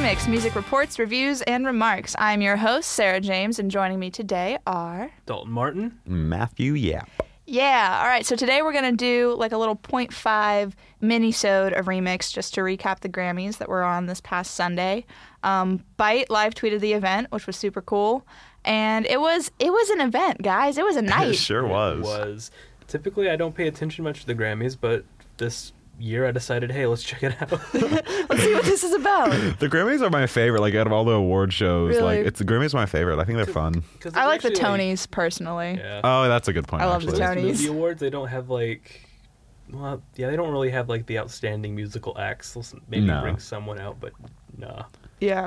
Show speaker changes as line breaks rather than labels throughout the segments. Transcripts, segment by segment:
Mike's music reports, reviews, and remarks. I'm your host, Sarah James, and joining me today are.
Dalton Martin.
Matthew Yap.
Yeah, all right. So today we're going to do like a little 0.5 mini-sode of remix just to recap the Grammys that were on this past Sunday. Um, Bite live tweeted the event, which was super cool. And it was it was an event, guys. It was a night.
It sure was.
Was typically I don't pay attention much to the Grammys, but this year I decided, hey, let's check it out.
Let's see what this is about.
The Grammys are my favorite. Like out of all the award shows,
Really?
like it's the Grammys are my favorite. I think they're fun.
'Cause
I like the
there's actually, like-
Tonys personally.
yeah.
Oh, that's a good point.
I love the
actually.
Tony.
Movie awards, they don't have like. Well, yeah, they don't really have like the outstanding musical acts. They'll s- maybe
No.
bring someone out, but nah.
Yeah.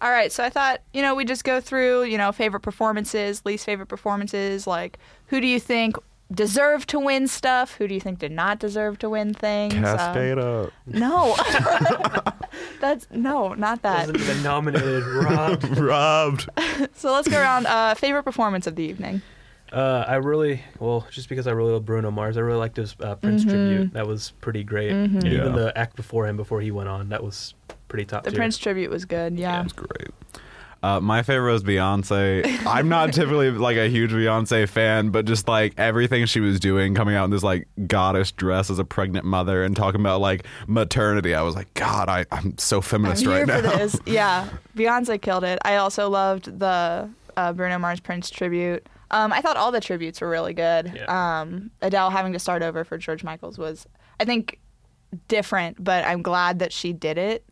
All right, so I thought, you know, we just go through, you know, favorite performances, least favorite performances, like who do you think deserved to win stuff, who do you think did not deserve to win things. um,
Cascade up.
no. That's no, not that.
Wasn't even nominated. Rob.
Robbed.
So let's go around uh favorite performance of the evening.
Uh, I really well, just because I really love Bruno Mars, I really liked his uh, Prince
Mm-hmm.
tribute. That was pretty great. And Even
Yeah.
the act before him, before he went on, that was pretty top
The
tier.
Prince tribute was good, yeah.
That's great. Uh, my favorite was Beyonce. I'm not typically like a huge Beyonce fan, but just like everything she was doing, coming out in this like goddess dress as a pregnant mother and talking about like maternity, I was like, God, I, I'm so
I'm
feminist
here
right
for
now.
this. Yeah, Beyonce killed it. I also loved the uh, Bruno Mars Prince tribute. Um, I thought all the tributes were really good.
Yeah.
Um, Adele having to start over for George Michaels was, I think, different, but I'm glad that she did it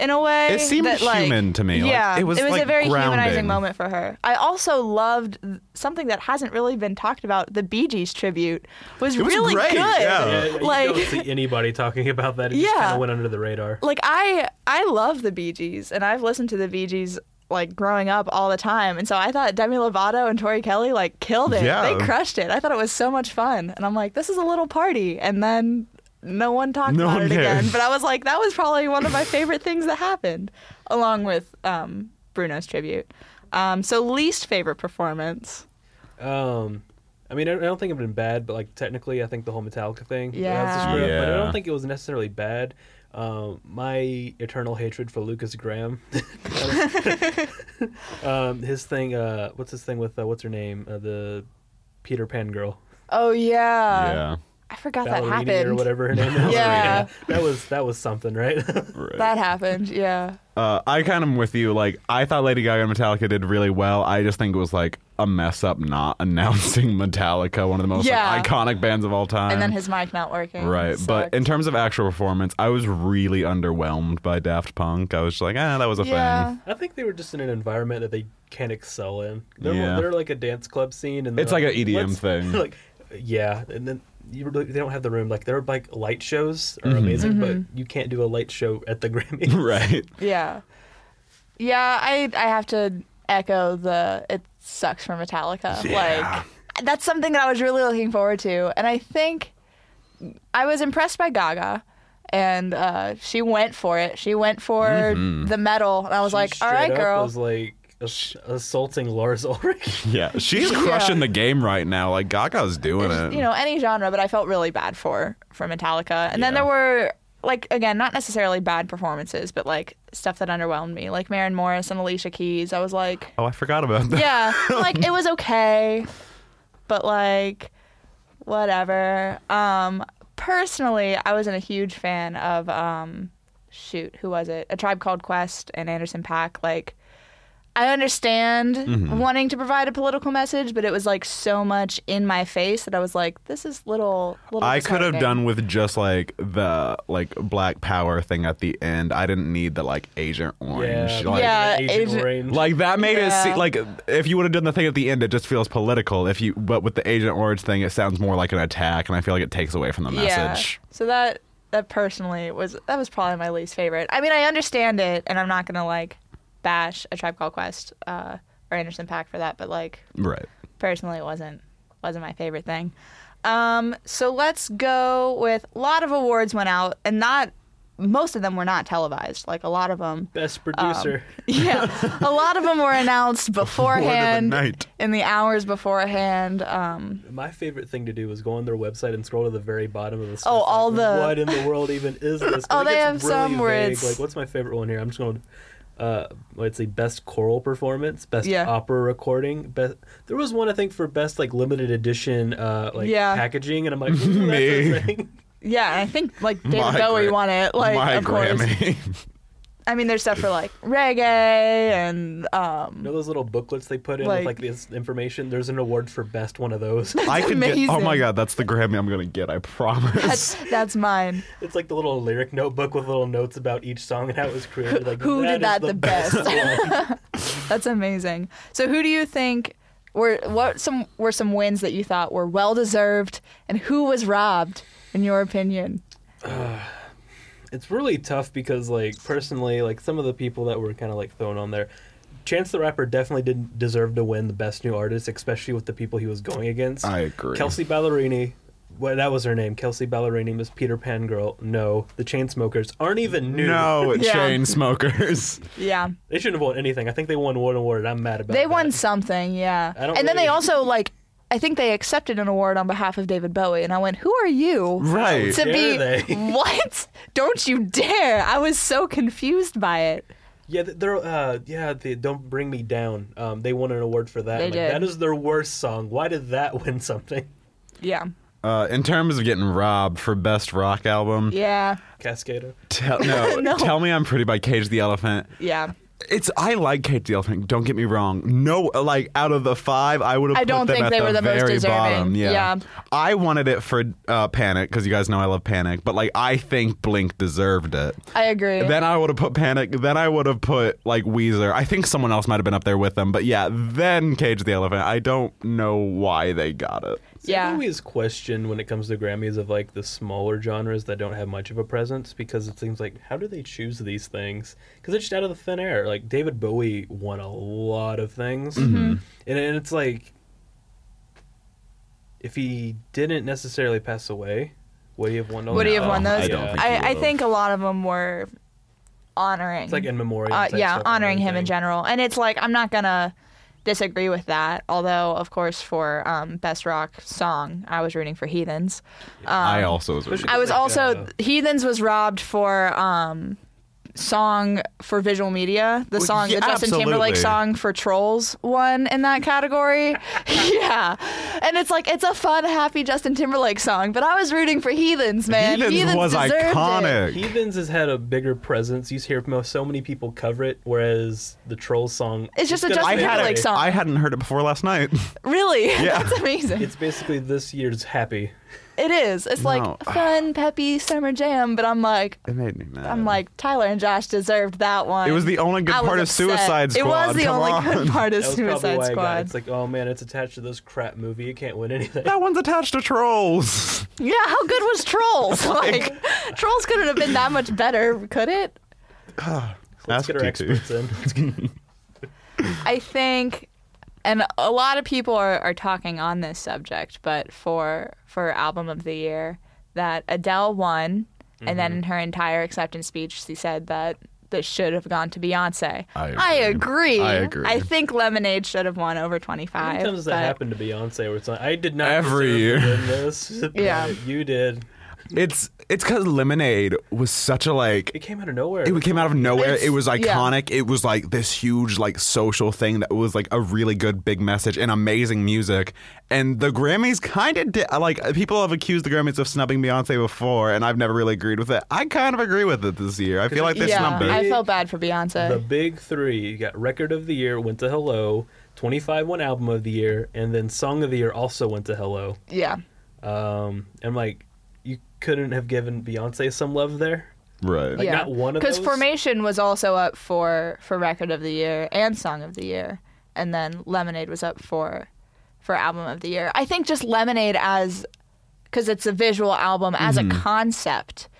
in a way.
It seemed
that, like-
human to me. Like,
Yeah,
it was, like,
a very humanizing
grounding.
moment for her. I also loved th- something that hasn't really been talked about. The Bee Gees tribute was,
It was
really
great,
good.
yeah.
Yeah, you
Like-
don't see anybody talking about that. It just
Yeah.
kind of went under the radar.
like I I love the Bee Gees and I've listened to the Bee Gees like growing up all the time and so I thought Demi Lovato and Tori Kelly like killed it.
Yeah.
They crushed it. I thought it was so much fun and I'm like this is a little party and then no one talked
No
about
one
it again.
cared.
But I was like that was probably one of my favorite things that happened along with um, Bruno's tribute. Um, so least favorite performance.
Um, I mean, I I don't think it would been bad, but like technically, I think the whole Metallica thing. that was a
Yeah.
screw up, But I
Yeah.
don't think it was necessarily bad. Um, my eternal hatred for Lucas Graham. um, his thing. Uh, what's his thing with uh, what's her name? Uh, the Peter Pan girl.
Oh yeah.
yeah.
I forgot that
Ballerini
happened.
or whatever her name is.
Yeah.
That was that was something, right?
Right.
That happened. Yeah.
Uh, I kind of am with you. Like, I thought Lady Gaga and Metallica did really well. I just think it was like a mess up not announcing Metallica, one of the most like,
Yeah.
iconic bands of all time.
And then his mic not working.
right. But
Sucked.
in terms of actual performance, I was really underwhelmed by Daft Punk. I was just like, ah, that was a
yeah.
thing.
I think they were just in an environment that they can't excel in. They're,
Yeah.
they're like a dance club scene, and
It's
they're
like an EDM
"Let's-"
thing.
Like, yeah, and then you really, they don't have the room. Like, there are like light shows are amazing,
Mm-hmm.
but you can't do a light show at the Grammy.
Mm-hmm. right.
Yeah. Yeah, I I have to echo the it sucks for Metallica.
Yeah.
Like that's something that I was really looking forward to and I think I was impressed by Gaga and uh, she went for it. She went for the medal and I was
Mm-hmm. She
like, "All
straight
right,
up
girl."
Was like ass- assaulting Lars Ulrich.
Yeah. She's
Yeah.
crushing the game right now. Like, Gaga's doing
Just,
it.
you know, any genre, but I felt really bad for for Metallica. And then
Yeah.
there were like again, not necessarily bad performances, but like stuff that underwhelmed me, like Maren Morris and Alicia Keys. I was like,
oh, I forgot about that.
yeah like it was okay but like whatever um personally i wasn't a huge fan of um shoot who was it a tribe called quest and anderson pack like i understand
Mm-hmm.
wanting to provide a political message but it was like so much in my face that i was like this is little little
I could have
disheartening.
done with just like the like black power thing at the end. I didn't need the like Agent Orange. Like,
Yeah.
Agent
Agent-
Orange.
Like that made it
Yeah.
seem like if you would have done the thing at the end, it just feels political. If you but with the Agent Orange thing, it sounds more like an attack, and I feel like it takes away from the message.
Yeah. So that that personally was that was probably my least favorite. I mean, I understand it, and I'm not gonna like bash a Tribe Called Quest uh, or Anderson Pack for that, but like
Right.
personally, it wasn't wasn't my favorite thing. Um, so let's go with a lot of awards went out, and not most of them were not televised. Like a lot of them,
Best producer.
yeah, a lot of them were announced beforehand,
night.
in the hours beforehand. Um,
My favorite thing to do was go on their website and scroll to the very bottom of the stuff.
Oh, all
like,
the-
what in the world even is this? 'Cause
Oh,
it
they have
gets
some
really
where
vague.
it's-
like what's my favorite one here? I'm just going. Uh, let's see, best choral performance, best
Yeah.
opera recording, best. There was one I think for best like limited edition, uh, like
Yeah.
packaging, and I'm like, ooh, that's a
Me.
thing.
yeah, and I think like David
My
Bowie
gra-
won it. Like,
My
of course.
Grammy.
I mean, there's stuff for like reggae and um,
You know those little booklets they put in
Like-
with like this information? There's an award for best one of those.
I could get. Oh my
amazing.
god, that's the Grammy I'm gonna get. I promise.
that's that's mine.
it's like the little lyric notebook with little notes about each song and how it was created. Like
Who did
is
that
the,
the
best?
best? That's amazing. So, who do you think were what some were some wins that you thought were well deserved, and who was robbed in your opinion?
it's really tough because like personally, like some of the people that were kind of like thrown on there. Chance the Rapper definitely didn't deserve to win the best new artist, especially with the people he was going against.
I agree.
Kelsey Ballerini, well, that was her name. Kelsey Ballerini was Peter Pan girl. No, the Chainsmokers aren't even new.
No,
Yeah.
chain smokers.
Yeah,
They shouldn't have won anything. I think they won one award, and I'm mad about
they
that.
won something. Yeah,
I don't
and then they
really-
also like I think they accepted an award on behalf of David Bowie, and I went, "Who are you?"
Right.
To be
dare they?
what? Don't you dare! I was so confused by it.
Yeah, th- they're uh, yeah, they don't bring me down. Um, they won an award for that.
They
Like,
did.
That is their worst song. Why did that win something?
Yeah,
Uh, in terms of getting robbed for best rock album,
yeah,
Cascada.
tell, no,
No.
tell me I'm pretty by Cage the Elephant.
yeah.
It's I like Cage the Elephant. Don't get me wrong. No, like out of the five, I would have.
I
put
don't
them
think
at
they
the
were the most
very
deserving.
Bottom. Yeah.
Yeah.
I wanted it for uh, Panic because you guys know I love Panic, but like I think Blink deserved it.
I agree.
Then I would have put Panic. Then I would have put like Weezer. I think someone else might have been up there with them, but yeah. Then Cage the Elephant. I don't know why they got it.
See,
Yeah.
I always question when it comes to Grammys of like the smaller genres that don't have much of a presence because it seems like how do they choose these things? Because it's just out of the thin air. Like David Bowie won a lot of things,
Mm-hmm.
Mm-hmm.
and, and it's like if he didn't necessarily pass away, would he have won? all
Would he
that?
have won
No,
those?
I don't think
I,
he
I
would've.
think a lot of them were honoring.
It's like in memoriam.
uh,
type
yeah,
stuff and
honoring him in
everything.
general. And it's like I'm not gonna disagree with that. Although, of course, for um, best rock song, I was rooting for Heathens.
I also was.
especially-
Um, I was
Like,
also
uh,
Heathens was robbed for um, song for visual media. The
Well,
song,
yeah,
the Justin Timberlake
absolutely.
song for Trolls, won in that category. yeah, and it's like it's a fun, happy Justin Timberlake song. But I was rooting for Heathens, man.
Heathens was
deserved it.
iconic.
Heathens has had a bigger presence. You hear most, so many people cover it, whereas the Trolls song.
It's just a
gonna
Justin
I
stay
had
Timberlake
away.
song.
I hadn't heard it before last night.
Really?
Yeah.
That's amazing.
It's basically this year's Happy.
It is. It's
No.
like fun, peppy summer jam, but I'm like
It made me mad.
I'm like Tyler and Josh deserved that one.
It was the only good
I was
part of
upset.
Suicide
It was
Squad.
the
Come
only
on.
good part of
That was probably
Suicide
why I got it.
Squad.
It's like, oh man, it's attached to this crap movie. It can't win anything.
that one's attached to trolls.
yeah, how good was Trolls? like Trolls couldn't have been that much better, could it?
Let's get our
Ask Tutu.
experts in.
I think, and a lot of people are, are talking on this subject, but for for album of the year, that Adele won, and then in her entire acceptance speech, she said that this should have gone to Beyonce.
I agree.
agree.
I agree.
I think Lemonade should have won over twenty
How
five.
many times that happened to Beyonce? Where it's like, I did not
Every
deserve to
year.
win this. but
Yeah.
you did.
It's it's because Lemonade was such a like.
It came out of nowhere.
It came out of nowhere.
It's-
it was
yeah.
iconic. It was like this huge like social thing that was like a really good big message and amazing music. And the Grammys kind of did like people have accused the Grammys of snubbing Beyonce before, and I've never really agreed with it. I kind of agree with it this year. I feel like they
Yeah,
snubbed it.
I felt bad for Beyonce.
the big three. You got record of the year went to Hello. Twenty-five won album of the year, and then song of the year also went to Hello.
yeah,
Um, and like, you couldn't have given Beyonce some love there.
right.
Like,
yeah.
not one of
Because
those?
Formation was also up for for record of the year and song of the year, and then Lemonade was up for for album of the year. I think just Lemonade as because it's a visual album as a concept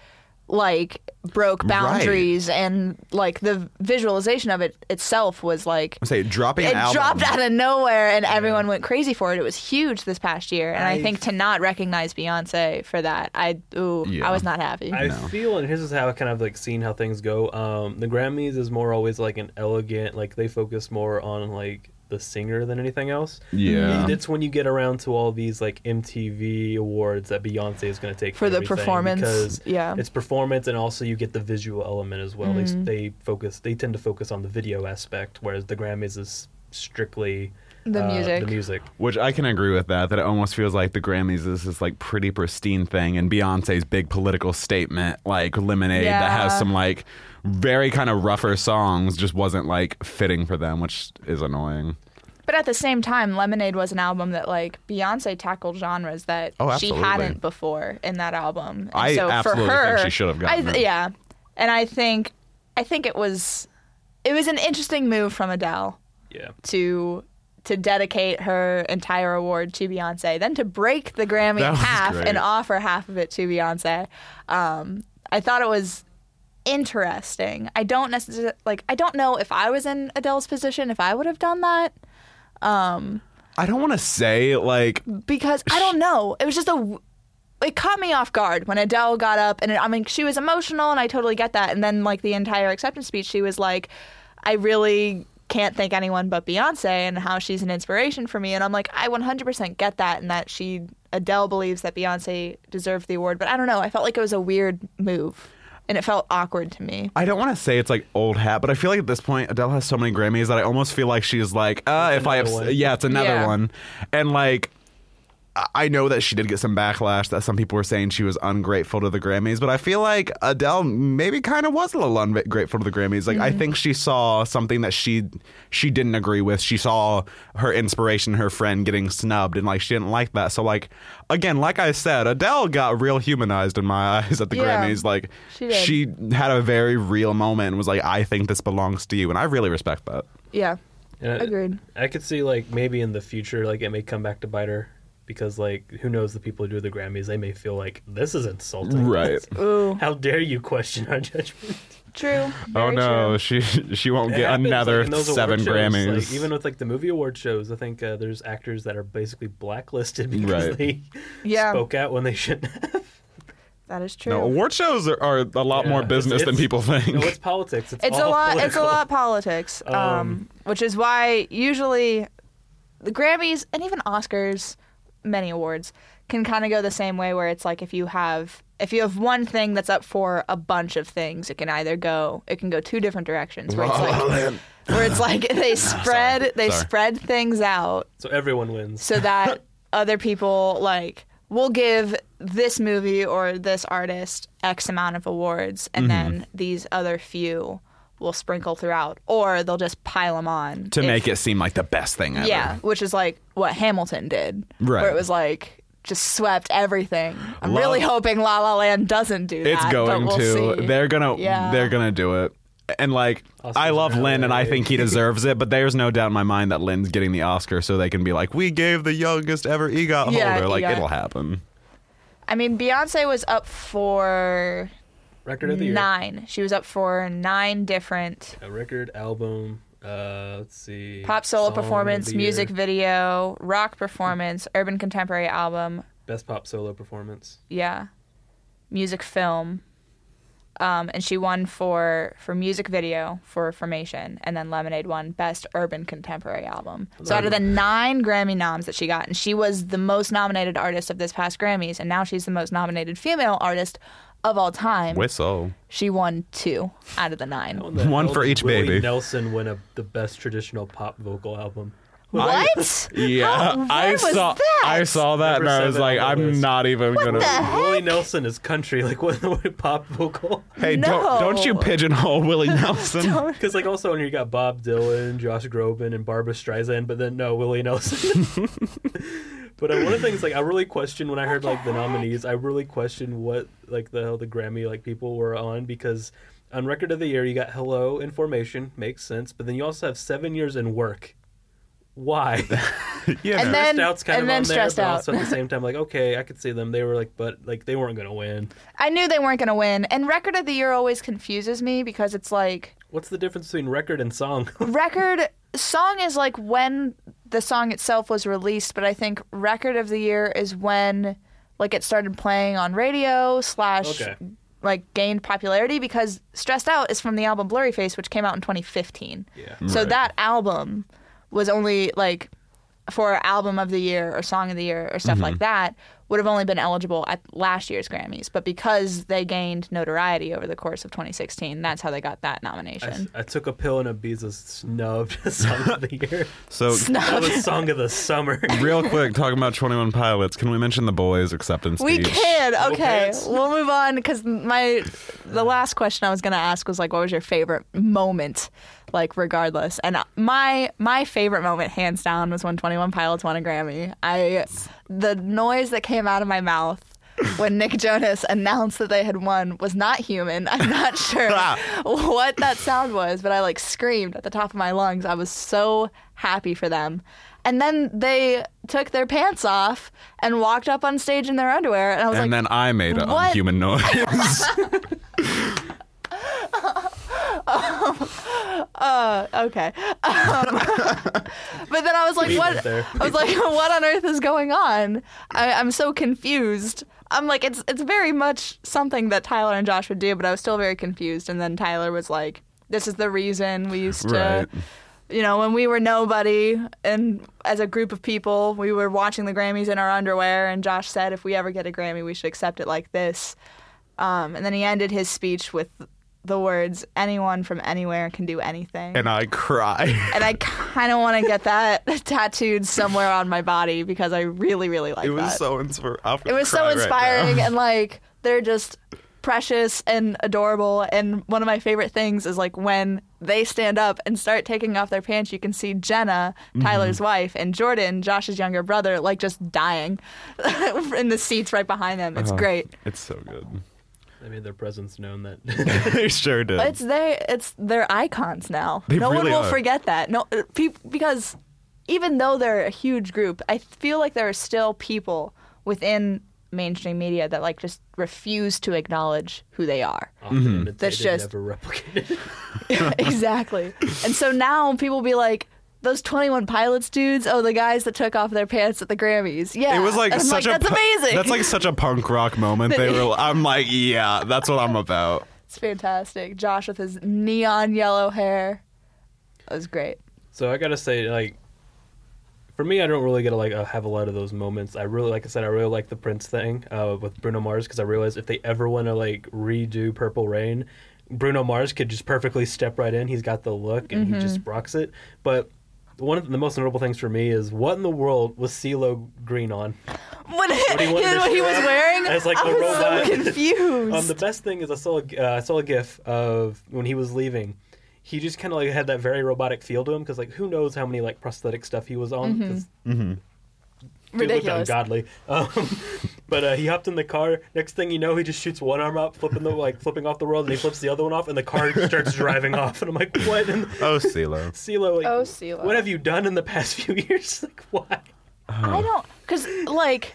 like broke
Mm-hmm. Right.
boundaries and like the visualization of it itself was like
say dropping
it
an album.
dropped out of nowhere and everyone went crazy for it. It was huge this past year, and I,
I-
think to not recognize Beyonce for that, I ooh,
Yeah.
I was not happy.
I
No.
feel, and here's how I kind of like seen how things go. Um, the Grammys is more always like an elegant, like they focus more on like the singer than anything else.
Yeah.
It's when you get around to all these like MTV awards that Beyonce is going to take
For the
everything
performance,
because
yeah. Mm-hmm.
it's performance, and also you get the visual element as well. They, they focus, they tend to focus on the video aspect, whereas the Grammys is strictly
The
uh,
music.
The music.
Which I can agree with that. That it almost feels like the Grammys is this like pretty pristine thing, and Beyonce's big political statement, like Lemonade, that
Yeah.
has some like very kind of rougher songs, just wasn't like fitting for them, which is annoying.
But at the same time, Lemonade was an album that like Beyonce tackled genres that
Oh,
she
absolutely.
hadn't before in that album. And
I
so
absolutely
for
think
her,
she should have
I
gotten
th-
it.
Yeah, and I think I think it was it was an interesting move from Adele
Yeah.
to to dedicate her entire award to Beyonce, then to break the Grammy
That
in
was
half
great.
and offer half of it to Beyonce. Um, I thought it was interesting. I don't necessarily like. I don't know if I was in Adele's position if I would have done that
I don't want to say like
because I don't know. It was just a. It caught me off guard when Adele got up, and it, I mean, she was emotional, and I totally get that. And then, like the entire acceptance speech, she was like, "I really can't thank anyone but Beyonce, and how she's an inspiration for me." And I'm like, I 100% get that, and that she Adele believes that Beyonce deserved the award. But I don't know. I felt like it was a weird move, and it felt awkward to me.
I don't want to say it's like old hat, but I feel like at this point Adele has so many Grammys that I almost feel like she's like, uh, if I,
another
ups-
one.
yeah, it's another
Yeah.
one, and like. I- I know that she did get some backlash that some people were saying she was ungrateful to the Grammys, but I feel like Adele maybe kind of was a little ungrateful to the Grammys. Like I
Mm-hmm.
think she saw something that she she didn't agree with. She saw her inspiration, her friend getting snubbed, and like she didn't like that. So like again, like I said, Adele got real humanized in my eyes at the
Yeah.
Grammys. Like
She did.
she had a very real moment and was like, I think this belongs to you. And I really respect that.
Yeah,
And uh, I-
Agreed.
I could see like maybe in the future, like it may come back to bite her because like who knows the people who do the Grammys, they may feel like this is insulting.
Right.
Ooh.
How dare you question our judgment?
true.
oh
Very
no,
true.
she she won't
It
get
happens,
another
like, in those award
seven
shows,
Grammys.
Like, even with like the movie award shows, I think uh, there's actors that are basically blacklisted because
Right.
they
Yeah.
spoke out when they shouldn't. have.
That is true.
no, award shows are, are a lot
Yeah.
more
It's-
business than
it's-
people think.
no, it's politics. It's,
it's a
all
lot it's a
political.
lot politics um,
Um,
which is why usually the grammys and even oscars many awards can kind of go the same way where it's like if you have if you have one thing that's up for a bunch of things it can either go it can go two different directions where it's like where it's like they spread they
Sorry.
spread things out
So everyone wins.
so that other people like will give this movie or this artist x amount of awards and
Mm-hmm.
then these other few will sprinkle throughout or they'll just pile them on
to make it seem like the best thing ever.
yeah which is like what hamilton did
Right.
where it was like just swept everything i'm
Love-
really hoping la la land doesn't do
It's
that
going
but we'll
to.
see.
They're gonna.
Yeah.
They're gonna do it. And like,
Oscars
I love
are
Lynn, and I
LA.
think he deserves it. But there's no doubt in my mind that Lynn's getting the Oscar, so they can be like, "We gave the youngest ever EGOT
Yeah,
holder." Like,
EGOT.
it'll happen.
i mean beyonce was up for
Record of the year.
nine she was up for nine different
A record album. Uh, let's see.
Pop solo
Song of
performance,
the
music
year.
video, rock performance, urban contemporary album,
Best pop solo performance.
yeah, music film. Um, and she won for for music video for Formation, and then Lemonade won best urban contemporary album. So out of the nine Grammy noms that she got, and she was the most nominated artist of this past Grammys, and now she's the most nominated female artist of all time.
Whistle.
she won two out of the nine.
How in the
One
hell
for
did
each
Willie
baby.
Nelson win a, the best traditional pop vocal album.
What?
Yeah,
How-
I
where was
saw.
that?
I saw that,
Number
and I was
seven
like,
on the
I'm
list.
not even gonna.
the-
Willie Nelson is country. Like what? What pop vocal?
Hey, don't don't you
No.
pigeonhole Willie Nelson.
Because like also when you got Bob Dylan, Josh Groban, and Barbara Streisand, but then no Willie Nelson. but uh, one of the things like I really questioned when I heard like the nominees, I really questioned what like the hell the Grammy like people were on because on record of the year you got Hello, Information makes sense, but then you also have Seven Years in Work. Why?
You
And then-
know.
stressed out's kind
and
of
then
on
stressed
there,
out.
but also at the same time, like okay, I could see them. They were like, but like they weren't gonna win.
I knew they weren't going to win. And record of the year always confuses me because it's like
What's the difference between record and song?
record song is like when the song itself was released, but I think record of the year is when like it started playing on radio slash
Okay.
like gained popularity because Stressed Out is from the album Blurry Face, which came out in 2015.
yeah.
So
Right.
that album was only like for album of the year or song of the year or stuff like that would have only been eligible at last year's Grammys, but because they gained notoriety over the course of 2016, that's how they got that
I, s-
nomination.
I took a pill and Ibiza snubbed song of the year.
So
That was song of the summer.
real quick, talking about Twenty One Pilots, can we mention the boys' acceptance
We
speech?
can. Okay,
pants.
we'll move on because my the last question I was gonna ask was like, what was your favorite moment? Like, regardless, and my my favorite moment, hands down, was when Twenty One Pilots won a Grammy. I the noise that came out of my mouth. When Nick Jonas announced that they had won was not human. I'm not sure what that sound was, but I like screamed at the top of my lungs. I was so happy for them. And then they took their pants off and walked up on stage in their underwear, and I was
And
like,
then I made a
what?
human noise.
okay. Um, but then I was like,
We
what?
went there.
I was like, what on earth is going on? I, I'm so confused. I'm like, it's it's very much something that Tyler and Josh would do, but I was still very confused. And then Tyler was like, this is the reason we used to.
Right.
You know, when we were nobody and as a group of people, we were watching the Grammys in our underwear. And Josh said, if we ever get a Grammy, we should accept it like this. Um, and then he ended his speech with the words, anyone from anywhere can do anything.
and I cry.
And I kind of want to get that tattooed somewhere on my body because I really, really like
It was
that.
so inspiring.
it was so inspiring, and like they're just precious and adorable. And one of my favorite things is like when they stand up and start taking off their pants, you can see Jenna, Tyler's wife, and Jordan, Josh's younger brother, like just dying in the seats right behind them. It's great.
It's so good.
I made their presence known that
they sure did.
But it's they it's their icons now.
They
no one
really
will
are.
forget that. No uh, peop because even though they're a huge group, I feel like there are still people within mainstream media that like just refuse to acknowledge who they are.
often imitated,
Mm-hmm. That's just-
never replicated.
exactly. And so now people be like those 21 Pilots dudes, oh the guys that took off their pants at the Grammys. Yeah.
It was like
And I'm
such
like,
a
that's
pu-
amazing.
That's like such a punk rock moment. They were. I'm like, yeah, that's what I'm about.
it's fantastic. Josh with his neon yellow hair. That was great.
So I gotta say, like, for me, I don't really get to like uh, have a lot of those moments. I really, like I said, I really like the Prince thing uh, with Bruno Mars because I realized if they ever want to like redo Purple Rain, Bruno Mars could just perfectly step right in. He's got the look and he just rocks it. But one of the most notable things for me is what in the world was CeeLo Green on?
what,
do you want
he-
her to
what he was
show?
wearing.
It's like
I
the
was
robot.
so confused.
Um, the best thing is I saw a, uh, I saw a gif of when he was leaving. He just kind of like had that very robotic feel to him because like who knows how many like prosthetic stuff he was on 'cause dude looked
Mm-hmm. Ridiculous.
ungodly. Um, but uh, he hopped in the car. Next thing you know, he just shoots one arm up, flipping the like flipping off the world, and he flips the other one off, and the car starts driving off. And I'm like, what? And
Oh, CeeLo.
CeeLo, like,
Oh, CeeLo.
what have you done in the past few years? Like, why?
I don't, because like,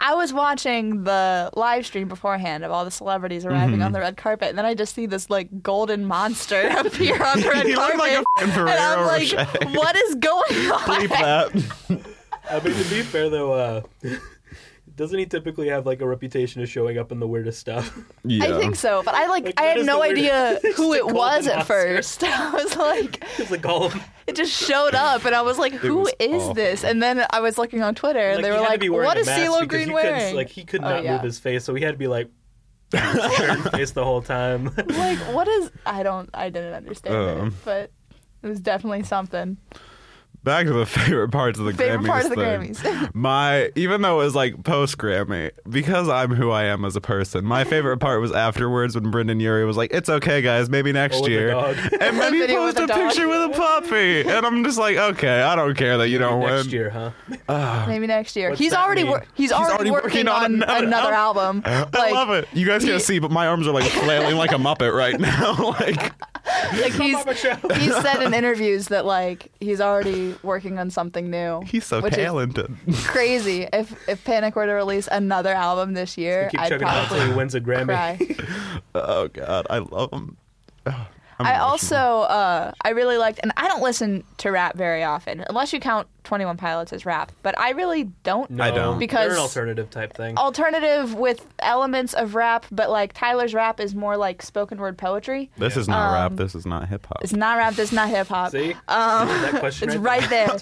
I was watching the live stream beforehand of all the celebrities arriving
Mm-hmm.
on the red carpet, and then I just see this like golden monster appear on the red
He
carpet,
looked like a fucking
and I'm
Ferrero
like,
Rocher.
what is going on?
Bleep that.
I mean, to be fair though, uh, doesn't he typically have like a reputation of showing up in the weirdest stuff?
Yeah.
I think so, but I like,
Like,
I
what
had
is
no
the word?
idea who
It's
it
the
was
golden
at
monster.
first. I was like,
It's a golem.
it just showed up, and I was like, who
was
is
awful.
this? And then I was looking on Twitter, and they
he
were
had to
like,
be wearing
what
a
is
mask
CeeLo
because
Green
he couldn't-
wearing?
Like he could
Oh,
not
yeah.
move his face, so he had to be like staring face the whole time.
like what is i don't i didn't understand it
Um.
but it was definitely something
Back to the favorite parts of the
Favorite
Grammys.
part of the
thing.
Grammys.
my even though it was like post Grammy, because I'm who I am as a person. My favorite part was afterwards when Brendan Urie was like, "It's okay, guys, maybe next
Oh, with the
year,"
dog.
and then he
Video with
posted
the
a
dog.
picture with a puppy, and I'm just like, "Okay, I don't care that you don't win."
Next year, huh?
maybe next year
Uh, What's
he's
that
already
mean?
wor- he's, already, working, on, another, album
I
Like,
love it. You guys
he-
can't see, but my arms are like flailing like a muppet right now. like
Like he's,
Mama Joe.
he's said in interviews that like he's already working on something new.
He's so
which is
talented.
crazy. If if Panic were to release another album this year,
Keep
I'd
chugging on until
probably
he wins a Grammy.
cry.
oh god, I love him. Oh, I'm
I
emotional.
also uh, I really liked, and I don't listen to rap very often, unless you count Twenty One Pilots as rap. But I really don't.
No,
I don't.
Because- Oh,
they're an alternative type thing.
Alternative with elements of rap, but like Tyler's rap is more like spoken word poetry.
This is not rap. This is not hip hop.
Um, It's not rap. It's not hip hop.
See, that question
um, It's
right
right there.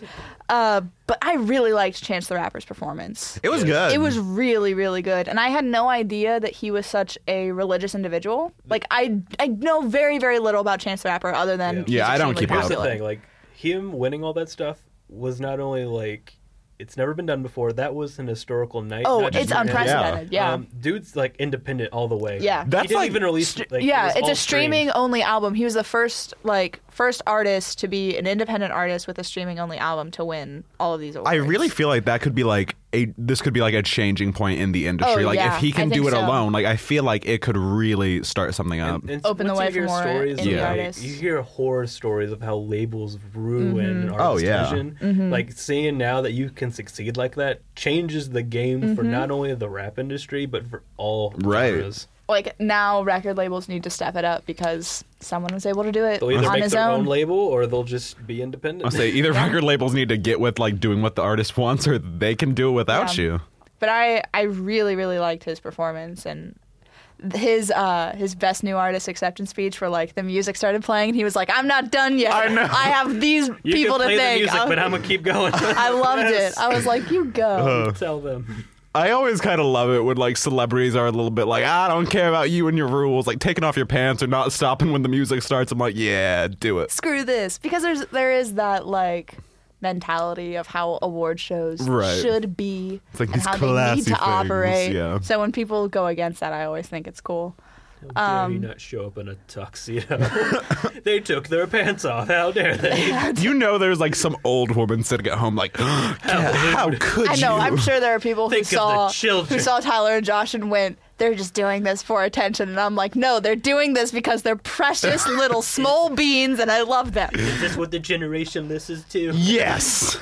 uh, but I really liked Chance the Rapper's performance.
It was good.
It was really, really good, and I had no idea that he was such a religious individual. Like I, I know very, very little about Chance the Rapper other than
Yeah.
he's
Yeah, I don't
extremely
keep up.
Here's the
popular.
thing, like him winning all that stuff was not only like it's never been done before. That was an historical night.
Oh,
not just
it's
for him.
unprecedented. Yeah.
Um, dude's like independent all the way.
Yeah.
That's
he didn't
like-
even release. Like, it
yeah,
was
it's
all
a streaming only album. He was the first like first artist to be an independent artist with a streaming only album to win all of these awards.
I really feel like that could be like a this could be like a changing point in the industry.
Oh,
like
yeah,
if he
I
can
think
do it
so.
alone, like I feel like it could really start something up.
And, and
Open the
once
way
you
for
hear
more
stories
indie
like,
artists.
You hear horror stories of how labels ruin
Mm-hmm.
an
Oh,
artist's
yeah.
vision. Like seeing now that you can succeed like that changes the game for
Mm-hmm.
not only the rap industry but for all
Right.
genres.
like now record labels need to step it up because someone was able to do it
They'll either
on
make
his
their own.
own.
label or they'll just be independent.
I'll say either record labels need to get with like doing what the artist wants, or they can do it without
Yeah.
you.
but I I really really liked his performance and his uh his best new artist acceptance speech where like the music started playing and he was like I'm not done yet I know I have these
you
people
can
to
play the
thank
music,
I,
but I'm gonna keep going.
I loved it I was like you go
Uh.
Tell them.
I always kind of love it when like celebrities are a little bit like, I don't care about you and your rules, like taking off your pants or not stopping when the music starts. I'm like, yeah, do it.
screw this because there's there is that like mentality of how award shows
Right.
should be
It's like
and
these
how they
classy
need to
things,
operate.
yeah.
So when people go against that, I always think it's cool.
How dare
Um,
you not show up in a tuxedo? they took their pants off. How dare they?
You know, there's like some old woman sitting at home, like, "Kat, how could
I know.
you?
I'm sure there are people who
Think of the
saw who
children.
saw Tyler and Josh and went. They're just doing this for attention, and I'm like, no, they're doing this because they're precious little small beans, and I love them.
Is this what the generation listens to?
Yes,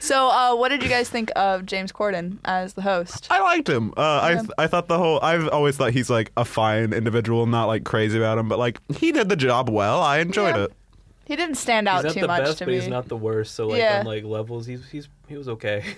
So, uh, what did you guys think of James Corden as the host?
I liked him. Uh, I th- I thought the whole. I've always thought he's like a fine individual, not like crazy about him, but like he did the job well. I enjoyed
Yeah.
it.
He didn't stand out
He's not
too
the
much
best,
to
but
me.
he's not the worst. So like
Yeah.
on like levels, he's he's he was okay.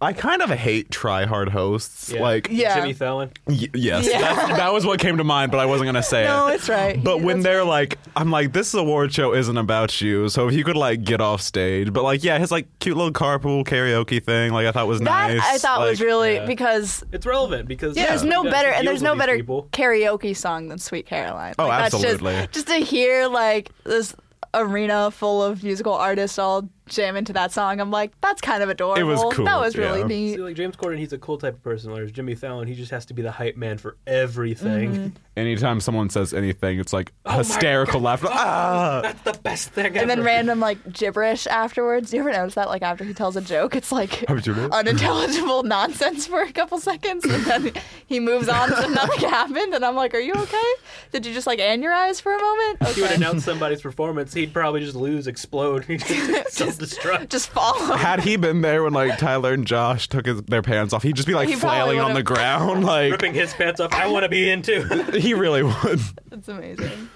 I kind of hate try hard hosts.
Yeah.
Like, y-
Yeah.
Jimmy Fallon.
yes,
Yeah.
That, that was what came to mind, but I wasn't gonna say
no,
it.
it's right.
But
He-
when
that's
they're like, I'm like, this award show isn't about you, so if you could like get off stage, but like, yeah, his like cute little carpool karaoke thing, like I thought was
That
nice.
I thought was
Like,
really
yeah.
because
It's relevant because yeah,
there's
he
no
does-
better
he
and
deals
there's no
with these
better
people.
karaoke song than Sweet Caroline.
Oh,
Like,
absolutely.
That's just, just to hear like this arena full of musical artists all jamming to that song. I'm like, that's kind of adorable.
cool,
That was really
yeah.
neat.
See, like James Corden, he's a cool type of person. Whereas Jimmy Fallon, he just has to be the hype man for everything.
Mm-hmm.
Anytime someone says anything, it's like
Oh
hysterical laughter. Ah!
That's the best thing.
And then
ever.
random like gibberish afterwards. You ever notice that? Like after he tells a joke, it's like
Haven't you noticed?
unintelligible nonsense for a couple seconds, and then he moves on as if nothing happened. And I'm like, "Are you okay? Did you just like anurize for a moment?"
If you would
Okay.
announce somebody's performance, he'd probably just lose, explode, self destruct.
Just follow.
Had he been there when like Tyler and Josh took his, their pants off, he'd just be like
He probably
flailing on the
would've-
ground. Like
ripping his pants off. I want to be in too.
he really would.
It's amazing.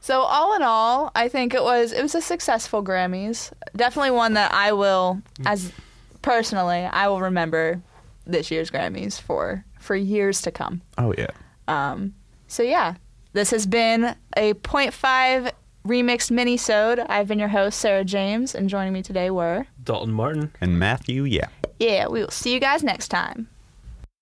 So all in all, I think it was it was a successful Grammys. Definitely one that I will as personally I will remember this year's Grammys for for years to come.
Oh yeah.
Um, so yeah, this has been a 0.5 remixed mini-sode. I've been your host Sarah James, and joining me today were
Dalton Martin.
And Matthew, yeah.
yeah. We will see you guys next time.